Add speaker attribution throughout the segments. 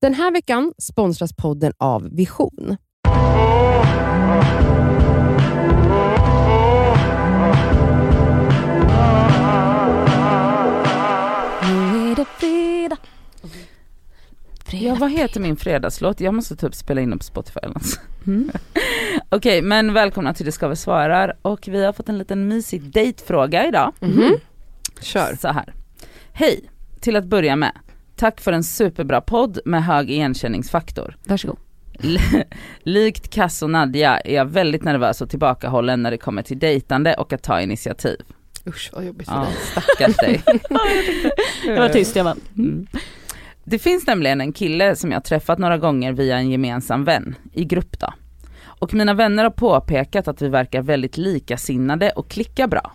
Speaker 1: Den här veckan sponsras podden av Vision.
Speaker 2: Nu är det fredag. Mm-hmm. fredag.
Speaker 3: Ja, vad heter min fredagslåt? Jag måste typ spela in den på Spotify eller något. Okej, men välkomna till Det ska vi svarar och vi har fått en liten mysig dejtfråga idag.
Speaker 1: Mm-hmm. Kör.
Speaker 3: Så här. Hej, till att börja med. Tack för en superbra podd med hög igenkänningsfaktor.
Speaker 2: Varsågod.
Speaker 3: L- Likt Kass och Nadja är jag väldigt nervös och tillbakahållen när det kommer till dejtande och att ta initiativ.
Speaker 1: Usch, vad jobbigt för
Speaker 3: Ja,
Speaker 1: dig.
Speaker 3: stackars dig.
Speaker 2: Jag var tyst, jag bara.
Speaker 3: Mm. Det finns nämligen en kille som jag träffat några gånger via en gemensam vän, i grupp då. Och mina vänner har påpekat att vi verkar väldigt likasinnade och klickar bra.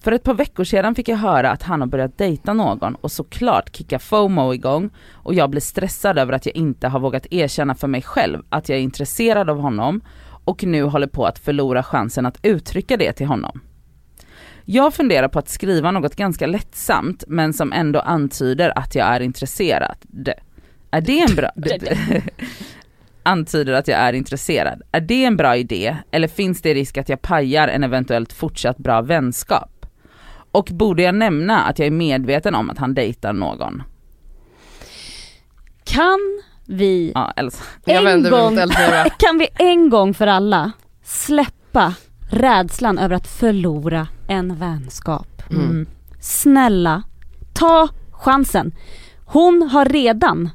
Speaker 3: För ett par veckor sedan fick jag höra att han har börjat dejta någon och såklart kickar FOMO igång och jag blir stressad över att jag inte har vågat erkänna för mig själv att jag är intresserad av honom och nu håller på att förlora chansen att uttrycka det till honom. Jag funderar på att skriva något ganska lättsamt men som ändå antyder att jag är intresserad. Är det en bra... antyder att jag är intresserad. Är det en bra idé eller finns det risk att jag pajar en eventuellt fortsatt bra vänskap? Och borde jag nämna att jag är medveten om att han dejtar någon?
Speaker 2: Kan vi,
Speaker 3: Ja, Elsa.
Speaker 1: Jag
Speaker 2: en
Speaker 1: vänder mig
Speaker 2: gång,
Speaker 1: mot Elvira.
Speaker 2: kan vi en gång för alla släppa rädslan över att förlora en vänskap?
Speaker 1: Mm.
Speaker 2: Snälla, ta chansen. Hon har redan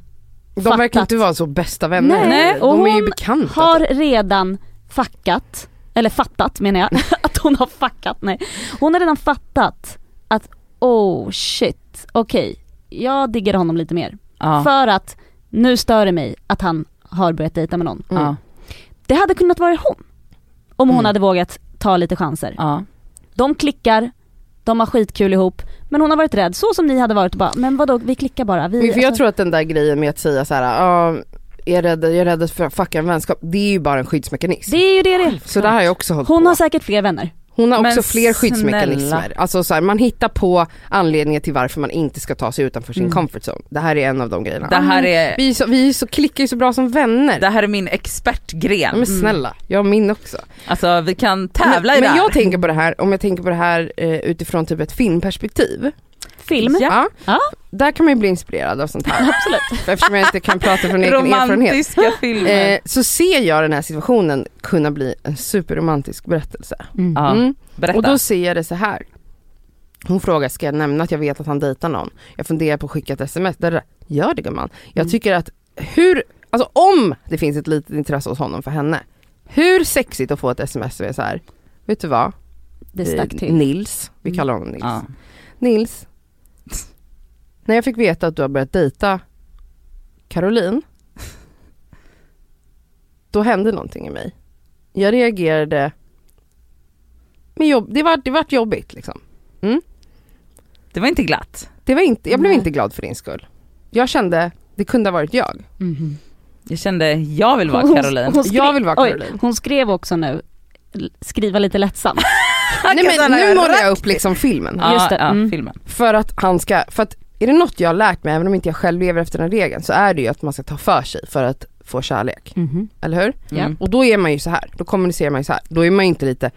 Speaker 1: De verkar inte
Speaker 2: Fattat.
Speaker 1: vara så bästa vänner.
Speaker 2: Nej, och
Speaker 1: De är ju
Speaker 2: hon
Speaker 1: bekanta. typ.
Speaker 2: har redan fackat, eller fattat menar jag, att hon har fackat, nej. Hon har redan fattat att oh shit, okej, jag diggar honom lite mer.
Speaker 3: Ja,
Speaker 2: För att nu stör det mig att han har börjat dejta med någon.
Speaker 3: ja,
Speaker 2: Det hade kunnat vara hon. Om hon
Speaker 1: Mm.
Speaker 2: hade vågat ta lite chanser.
Speaker 3: ja.
Speaker 2: De klickar, de har skitkul ihop, men hon har varit rädd så som ni hade varit och bara, men vadå vi klickar bara. Vi,
Speaker 1: Men för jag
Speaker 2: alltså,
Speaker 1: tror att den där grejen med att säga så här, "Ja, jag är rädd, jag är rädd för att fucka en vänskap, det är ju bara en skyddsmekanism.
Speaker 2: det är ju det det är.
Speaker 1: så det här har jag också hållit
Speaker 2: Hon
Speaker 1: på.
Speaker 2: har säkert fler vänner.
Speaker 1: Hon har
Speaker 3: Men
Speaker 1: också fler skyddsmekanismer.
Speaker 3: snälla.
Speaker 1: Alltså så här, man hittar på anledningar till varför man inte ska ta sig utanför
Speaker 3: Mm.
Speaker 1: sin comfort zone. Det här är en av de grejerna.
Speaker 3: Det här är,
Speaker 1: Vi, är så, vi är så, klickar ju så bra som vänner.
Speaker 3: det här är min expertgren.
Speaker 1: Ja, men snälla, jag har min också.
Speaker 3: Alltså vi kan Mm. tävla i
Speaker 1: Mm. men,
Speaker 3: det
Speaker 1: men
Speaker 3: här.
Speaker 1: jag tänker på det här, om jag tänker på det här eh, utifrån typ ett filmperspektiv.
Speaker 2: Film.
Speaker 3: Ja.
Speaker 2: Ja.
Speaker 1: Där kan man ju bli inspirerad av sånt här. Absolut. Eftersom jag inte kan prata från egen erfarenhet.
Speaker 3: Romantiska filmer.
Speaker 1: Eh, så ser jag den här situationen kunna bli en superromantisk berättelse.
Speaker 2: Mm.
Speaker 3: ja,
Speaker 1: Mm.
Speaker 3: berätta.
Speaker 1: Och då ser jag det så här. Hon frågar, ska jag nämna att jag vet att han dejtar någon? Jag funderar på att skicka ett sms. Där, där. Gör det gumman. Jag
Speaker 2: Mm.
Speaker 1: tycker att hur, alltså om det finns ett litet intresse hos honom för henne. Hur sexigt att få ett sms som är så här. vet du vad?
Speaker 2: Det stack
Speaker 1: Eh,
Speaker 2: till.
Speaker 1: Nils, vi kallar honom Nils.
Speaker 3: ja.
Speaker 1: Nils, när jag fick veta att du har börjat dejta Caroline, då hände någonting i mig. Jag reagerade med jobb, det vart det var jobbigt liksom.
Speaker 3: Det var inte glatt.
Speaker 1: Det var inte, jag blev
Speaker 2: Nej.
Speaker 1: inte glad för din skull. Jag kände, det kunde ha varit jag.
Speaker 2: Mhm.
Speaker 3: Jag kände, jag vill vara Caroline.
Speaker 2: hon skrev-
Speaker 1: Jag vill vara
Speaker 2: oj,
Speaker 1: Caroline.
Speaker 2: hon skrev också nu, l- skriva lite lättsamt.
Speaker 1: Nej, men
Speaker 3: Katarina,
Speaker 1: nu målar jag
Speaker 3: rakt-
Speaker 1: upp liksom filmen. här.
Speaker 3: Ja,
Speaker 2: Just det,
Speaker 3: ja,
Speaker 2: mm.
Speaker 3: filmen.
Speaker 1: För att han ska, för att är det något jag har lärt mig, även om inte jag själv lever efter den regeln, så är det ju att man ska ta för sig för att få kärlek.
Speaker 2: Mm.
Speaker 1: Eller hur?
Speaker 2: Ja.
Speaker 3: Mm.
Speaker 1: Och då är man ju så här, då kommunicerar man ju så här. Då är man ju inte lite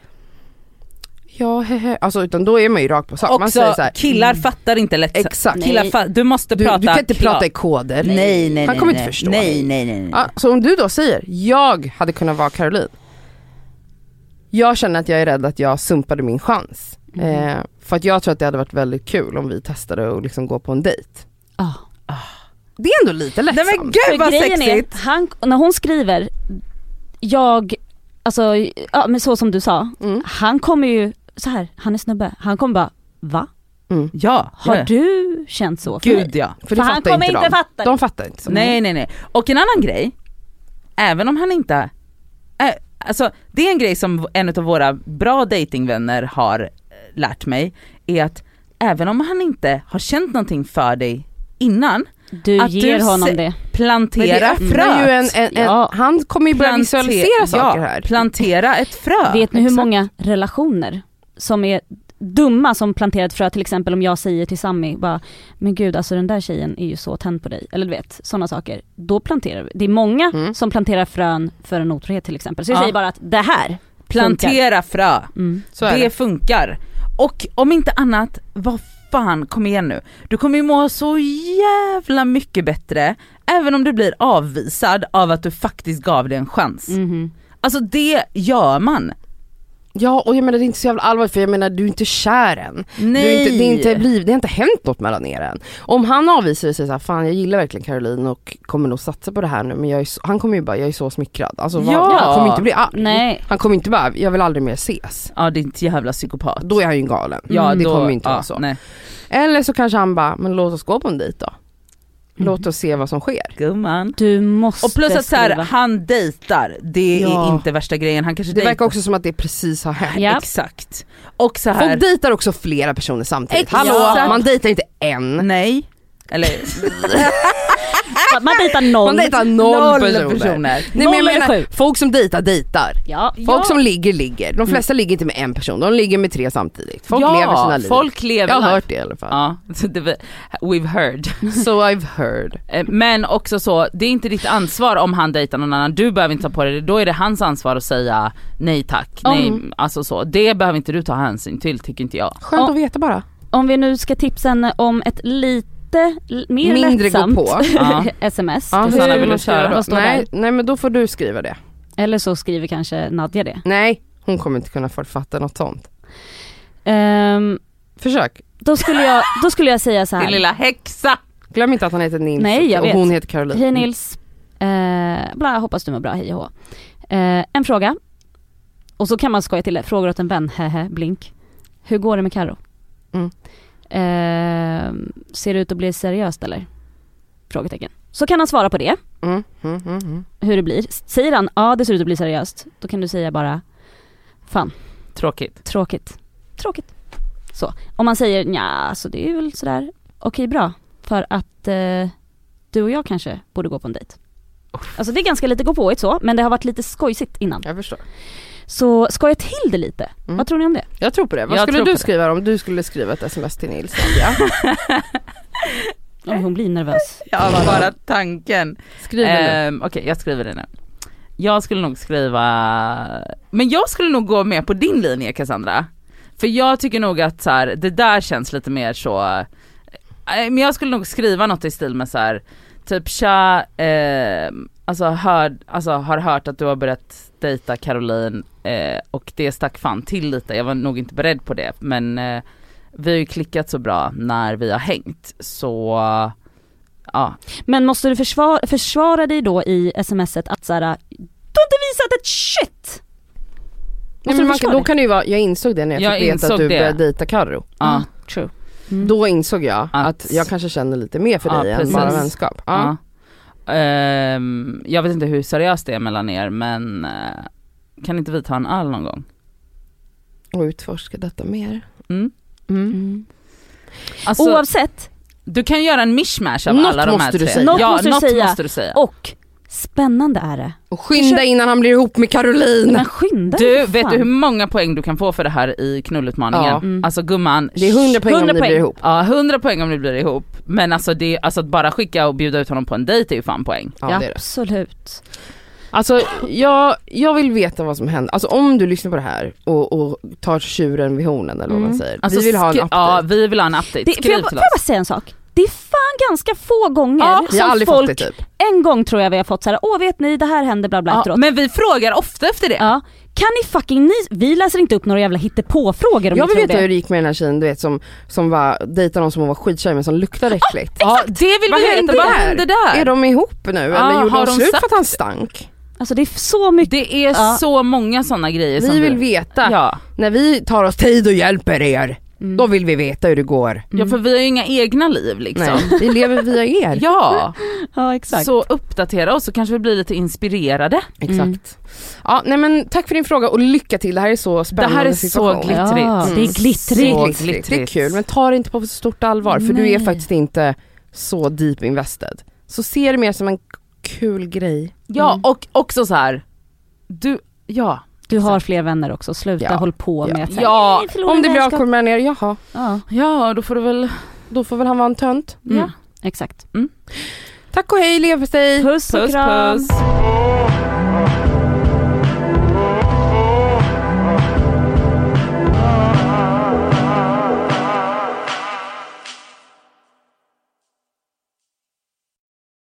Speaker 1: ja hehe, alltså utan då är man ju rakt på sak. man säger
Speaker 3: Också,
Speaker 1: så här,
Speaker 3: killar fattar inte lätt.
Speaker 1: exakt.
Speaker 2: Nej.
Speaker 3: Killar fa- du måste
Speaker 1: Du,
Speaker 3: prata
Speaker 1: du kan inte
Speaker 3: klart.
Speaker 1: prata i koder.
Speaker 3: Nej, nej,
Speaker 1: Han
Speaker 3: nej,
Speaker 1: kommer
Speaker 3: nej.
Speaker 1: inte förstå.
Speaker 3: Nej, nej, nej. nej.
Speaker 1: Ja, så om du då säger, jag hade kunnat vara Caroline. Jag känner att jag är rädd att jag sumpade min chans.
Speaker 3: Mm.
Speaker 1: Eh, för att jag tror att det hade varit väldigt kul om vi testade att liksom gå på en dejt.
Speaker 2: Ah.
Speaker 1: Det är ändå lite
Speaker 3: Nej
Speaker 1: lättsamt.
Speaker 3: men gud
Speaker 2: För
Speaker 3: vad
Speaker 2: grejen
Speaker 3: sexigt.
Speaker 2: är, han, när hon skriver, jag, alltså ja, men så som du sa,
Speaker 1: Mm.
Speaker 2: han kommer ju, så här, han är snubbe, han kommer bara va?
Speaker 3: Ja,
Speaker 2: Har
Speaker 3: ja.
Speaker 2: du känt så för mig?
Speaker 3: Gud ja.
Speaker 1: För det
Speaker 2: För han
Speaker 1: fattar
Speaker 2: kommer
Speaker 1: inte
Speaker 2: inte
Speaker 1: de.
Speaker 2: fatta det.
Speaker 1: De fattar inte. Så.
Speaker 3: Nej nej nej. Och en annan grej, även om han inte, äh, alltså det är en grej som en av våra bra datingvänner har eh, lärt mig, är att även om han inte har känt någonting för dig innan,
Speaker 2: Du
Speaker 3: Att du
Speaker 2: ger honom
Speaker 3: se-
Speaker 2: det.
Speaker 1: Men det
Speaker 3: plantera
Speaker 1: öppnar ju en, en, en,
Speaker 2: Ja.
Speaker 1: Han kommer ju börja
Speaker 3: Plante-
Speaker 1: visualisera saker
Speaker 3: ja,
Speaker 1: här.
Speaker 3: Plantera ett frö.
Speaker 2: Vet ni hur
Speaker 1: exakt.
Speaker 2: många relationer som är dumma som planterar ett frö till exempel om jag säger till Sammy bara Men gud alltså den där tjejen är ju så tänd på dig, eller du vet sådana saker. Då planterar vi, det är många
Speaker 1: Mm.
Speaker 2: som planterar frön för en otrohet till exempel. Så jag
Speaker 3: Ja.
Speaker 2: säger bara att det här funkar.
Speaker 3: Plantera frö.
Speaker 2: Mm.
Speaker 1: Så
Speaker 3: det,
Speaker 1: är det.
Speaker 3: funkar. Och om inte annat, vad fan, kom igen nu. Du kommer ju må så jävla mycket bättre, även om du blir avvisad av att du faktiskt gav det en chans.
Speaker 1: Mm.
Speaker 2: Mhm.
Speaker 3: Alltså det gör man.
Speaker 1: Ja och jag menar det är inte så jävla allvarligt för jag menar du är inte kär än. Du är
Speaker 3: Nej!
Speaker 1: inte, det, är inte bliv, det har inte hänt något mellan er än. Om han avvisar och säger såhär, fan jag gillar verkligen Caroline och kommer nog satsa på det här nu men jag är så, han kommer ju bara, jag är så smickrad. Alltså, vad,
Speaker 3: Ja.
Speaker 1: Han kommer inte bli arg.
Speaker 2: Nej.
Speaker 1: Han kommer inte bara, jag vill aldrig mer ses.
Speaker 3: Ja ditt jävla psykopat.
Speaker 1: Då är han ju galen. Mm,
Speaker 3: ja,
Speaker 1: det
Speaker 3: då-
Speaker 1: kommer ju inte
Speaker 3: ja,
Speaker 1: vara så.
Speaker 3: Nej.
Speaker 1: Eller så kanske han bara, men låt oss gå på en dejt då.
Speaker 3: Mm.
Speaker 1: Låt oss se vad som sker.
Speaker 3: Gumman.
Speaker 2: Du måste
Speaker 3: Och plus att så här,
Speaker 2: skriva.
Speaker 3: han dejtar, det
Speaker 1: Ja.
Speaker 3: är inte värsta grejen. Han kanske
Speaker 1: Det
Speaker 3: dejtar.
Speaker 1: verkar också som att det precis har hänt.
Speaker 2: Ja.
Speaker 3: Exakt. Och så här.
Speaker 1: Folk dejtar också flera personer samtidigt.
Speaker 2: Exakt.
Speaker 1: Hallå, man dejtar inte en.
Speaker 3: nej. Eller äh,
Speaker 2: Man dejtar noll.
Speaker 1: Man dejtar noll,
Speaker 3: noll
Speaker 1: personer.
Speaker 3: personer.
Speaker 1: Nej, men jag
Speaker 2: Noll eller
Speaker 1: menar,
Speaker 2: sju.
Speaker 1: folk som dejtar dejtar.
Speaker 2: Ja. Mm.
Speaker 1: Folk som ligger ligger. De flesta ligger inte med en person, de ligger med tre samtidigt. Folk
Speaker 3: ja,
Speaker 1: lever sina liv.
Speaker 3: Folk lever
Speaker 1: jag har
Speaker 3: life.
Speaker 1: hört det i alla fall.
Speaker 3: Ja, så det var- we've heard.
Speaker 1: So I've heard.
Speaker 3: Eh, Men också så, det är inte ditt ansvar om han dejtar någon annan, du behöver inte ta på dig det, då är det hans ansvar att säga nej tack, nej,
Speaker 1: Mm.
Speaker 3: alltså så. Det behöver inte du ta hänsyn till tycker inte jag.
Speaker 1: Skönt
Speaker 2: Ja.
Speaker 1: att veta bara.
Speaker 2: Om vi nu ska tipsa henne om ett lite l- mer
Speaker 1: Mindre gå
Speaker 2: lättsamt
Speaker 1: på.
Speaker 3: Ja.
Speaker 2: sms.
Speaker 1: Ja,
Speaker 3: Susanna,
Speaker 1: hur
Speaker 3: vill du
Speaker 1: man
Speaker 3: köra?
Speaker 1: skriver-
Speaker 2: Vad står
Speaker 1: Nej, nej men då får du skriva det.
Speaker 2: Eller så skriver kanske Nadja det.
Speaker 1: Nej, hon kommer inte kunna författa något sånt.
Speaker 2: Ehm,
Speaker 1: Försök.
Speaker 2: då, skulle jag, då skulle jag säga så
Speaker 3: Din
Speaker 2: här.
Speaker 3: lilla häxa!
Speaker 1: Glöm inte att han heter Nils
Speaker 2: Nej, jag
Speaker 1: och
Speaker 2: vet.
Speaker 1: hon heter Caroline.
Speaker 2: Hej Nils, eh, bla, hoppas du mår bra, hej och hå. eh, En fråga. Och så kan man skoja till det, frågor åt en vän, hehe, blink. Hur går det med Karo?
Speaker 1: Mm.
Speaker 2: Eh, ser det ut att bli seriöst eller? Frågetecken. Så kan han svara på det,
Speaker 1: Mm, mm, mm, mm.
Speaker 2: hur det blir. Säger han ja det ser ut att bli seriöst, då kan du säga bara fan,
Speaker 3: Tråkigt.
Speaker 2: tråkigt, tråkigt. Så. Om man säger nja, så det är väl sådär, okej bra, för att eh, du och jag kanske borde gå på en dejt. Alltså det är ganska lite gå påigt så, men det har varit lite skojsigt innan.
Speaker 1: Jag förstår.
Speaker 2: Så ska jag till det lite?
Speaker 1: Mm.
Speaker 2: Vad tror ni om det?
Speaker 1: Jag tror på det. Vad
Speaker 3: Jag
Speaker 1: skulle
Speaker 3: tror på
Speaker 1: du
Speaker 3: det.
Speaker 1: skriva om du skulle skriva ett sms till Nils? Sandra?
Speaker 2: Om hon blir nervös.
Speaker 3: Ja, bara tanken.
Speaker 1: Skriv det nu.
Speaker 3: Ehm, Okej, jag skriver det nu. Jag skulle nog skriva, men jag skulle nog gå med på din linje Cassandra. För jag tycker nog att så här, det där känns lite mer så, eh, men jag skulle nog skriva något i stil med så här, typ tja, ehm, alltså, hör, alltså har hört att du har börjat dejta Caroline eh, och det stack fan till lite, jag var nog inte beredd på det men eh, vi har ju klickat så bra när vi har hängt så ja,
Speaker 2: Men måste du försvara, försvara dig då i smset att såhär, du har inte visat ett shit!
Speaker 1: Nej,
Speaker 2: måste
Speaker 1: men
Speaker 2: du
Speaker 1: man,
Speaker 2: förstå
Speaker 1: då
Speaker 2: det?
Speaker 1: kan det ju vara, jag insåg det när jag,
Speaker 3: Jag
Speaker 1: fick veta att
Speaker 3: insåg
Speaker 1: du
Speaker 3: det.
Speaker 1: började dejta Carro.
Speaker 3: ja.
Speaker 2: true. Mm.
Speaker 1: Då insåg jag att,
Speaker 3: Att-
Speaker 1: jag kanske känner lite mer för
Speaker 3: Ja,
Speaker 1: dig än
Speaker 3: precis.
Speaker 1: bara vänskap. Ja.
Speaker 3: Ja. Ehm, jag vet inte hur seriöst det är mellan er men eh, kan inte vi ta en öl någon gång?
Speaker 1: Och utforska detta mer.
Speaker 3: Mm.
Speaker 1: Mm.
Speaker 3: Alltså,
Speaker 2: Oavsett,
Speaker 3: du kan göra en mishmash av
Speaker 1: Något
Speaker 3: alla de här
Speaker 1: måste du
Speaker 3: tre.
Speaker 1: säga.
Speaker 2: Något
Speaker 3: ja,
Speaker 2: måste du
Speaker 3: något
Speaker 2: säga.
Speaker 3: måste du säga.
Speaker 2: och spännande är det.
Speaker 1: Och skynda innan han blir ihop med Caroline.
Speaker 2: Men skynda dig,
Speaker 3: du,
Speaker 2: fan.
Speaker 3: vet du hur många poäng du kan få för det här i knullutmaningen?
Speaker 1: Ja.
Speaker 2: Mm.
Speaker 3: Alltså gumman,
Speaker 1: Det är 100 poäng om
Speaker 2: 100
Speaker 1: ni blir
Speaker 2: poäng.
Speaker 1: ihop.
Speaker 3: ja 100 poäng om ni blir ihop. Men alltså, det, alltså att bara skicka och bjuda ut honom på en dejt är ju fan poäng.
Speaker 1: Ja, det är det.
Speaker 2: Absolut.
Speaker 1: Alltså jag, jag vill veta vad som händer. Alltså om du lyssnar på det här och, och tar tjuren vid hornen eller vad man
Speaker 2: Mm.
Speaker 1: säger.
Speaker 3: Alltså,
Speaker 1: vi vill ha en
Speaker 3: skri-
Speaker 1: update.
Speaker 3: Ja vi vill ha en update,
Speaker 2: Det, får,
Speaker 3: skriv
Speaker 2: jag, ba- får
Speaker 3: till
Speaker 2: jag bara
Speaker 3: oss.
Speaker 2: säga en sak? Det är fan ganska få gånger
Speaker 3: Ja,
Speaker 1: jag har
Speaker 2: som
Speaker 1: aldrig
Speaker 2: alltså, folk,
Speaker 1: fått det typ.
Speaker 2: en gång tror jag vi har fått så här, åh vet ni det här hände bla bla
Speaker 3: Ja,
Speaker 2: efteråt.
Speaker 3: men vi frågar ofta efter det.
Speaker 2: Ja. Kan ni fucking, ni, vi läser inte upp några jävla hittepåfrågor om
Speaker 1: Jag
Speaker 2: ni
Speaker 1: vill
Speaker 2: tror
Speaker 1: veta hur
Speaker 2: det.
Speaker 1: det gick med den här tjejen du vet som, som var, dejtade någon som hon var skitkär men som luktade äckligt.
Speaker 3: Ja, det Ah, vill
Speaker 1: Vad
Speaker 3: vi
Speaker 1: hände
Speaker 3: veta, vad
Speaker 1: där?
Speaker 3: hände där? Ah,
Speaker 1: Är de ihop nu eller gjorde de
Speaker 3: har de
Speaker 1: slut för
Speaker 3: sagt
Speaker 1: att han stank?
Speaker 2: Alltså det är så mycket,
Speaker 3: Det är
Speaker 2: Ja.
Speaker 3: så många sådana grejer som
Speaker 1: Vi vill veta,
Speaker 3: Ja. Mm.
Speaker 1: när vi tar oss tid och hjälper er, då vill vi veta hur det går.
Speaker 3: ja, för vi har ju inga egna liv liksom.
Speaker 1: Nej, vi lever via er.
Speaker 3: Ja,
Speaker 2: ja exakt.
Speaker 3: så uppdatera oss så kanske vi blir lite inspirerade.
Speaker 1: Exakt.
Speaker 3: Mm.
Speaker 1: Ja, nej men tack för din fråga och lycka till, det här är så
Speaker 3: Det
Speaker 1: spännande
Speaker 3: här är
Speaker 1: situation.
Speaker 3: så glittrigt. Mm.
Speaker 2: Ja, det är glittrigt.
Speaker 1: Så
Speaker 3: Så
Speaker 1: glittrigt. Det är kul men ta det inte på för stort allvar för du är
Speaker 2: Nej.
Speaker 1: faktiskt inte så deep invested. Så se det mer som en kul grej.
Speaker 3: Ja, och också så här. Du, ja,
Speaker 2: Du har fler vänner också, sluta
Speaker 1: Ja.
Speaker 2: håll på med
Speaker 1: Ja.
Speaker 2: att säga,
Speaker 1: Ja,
Speaker 2: "Nej, förlora
Speaker 1: om det blir
Speaker 2: vänskap."
Speaker 1: awkward mellan er, jaha,
Speaker 2: Ja,
Speaker 3: Mm. Ja, då får du väl...
Speaker 1: då får väl han vara en tönt.
Speaker 3: Mm.
Speaker 2: ja, exakt.
Speaker 1: Tack och hej leverpastej!
Speaker 2: Puss och kram.
Speaker 3: puss.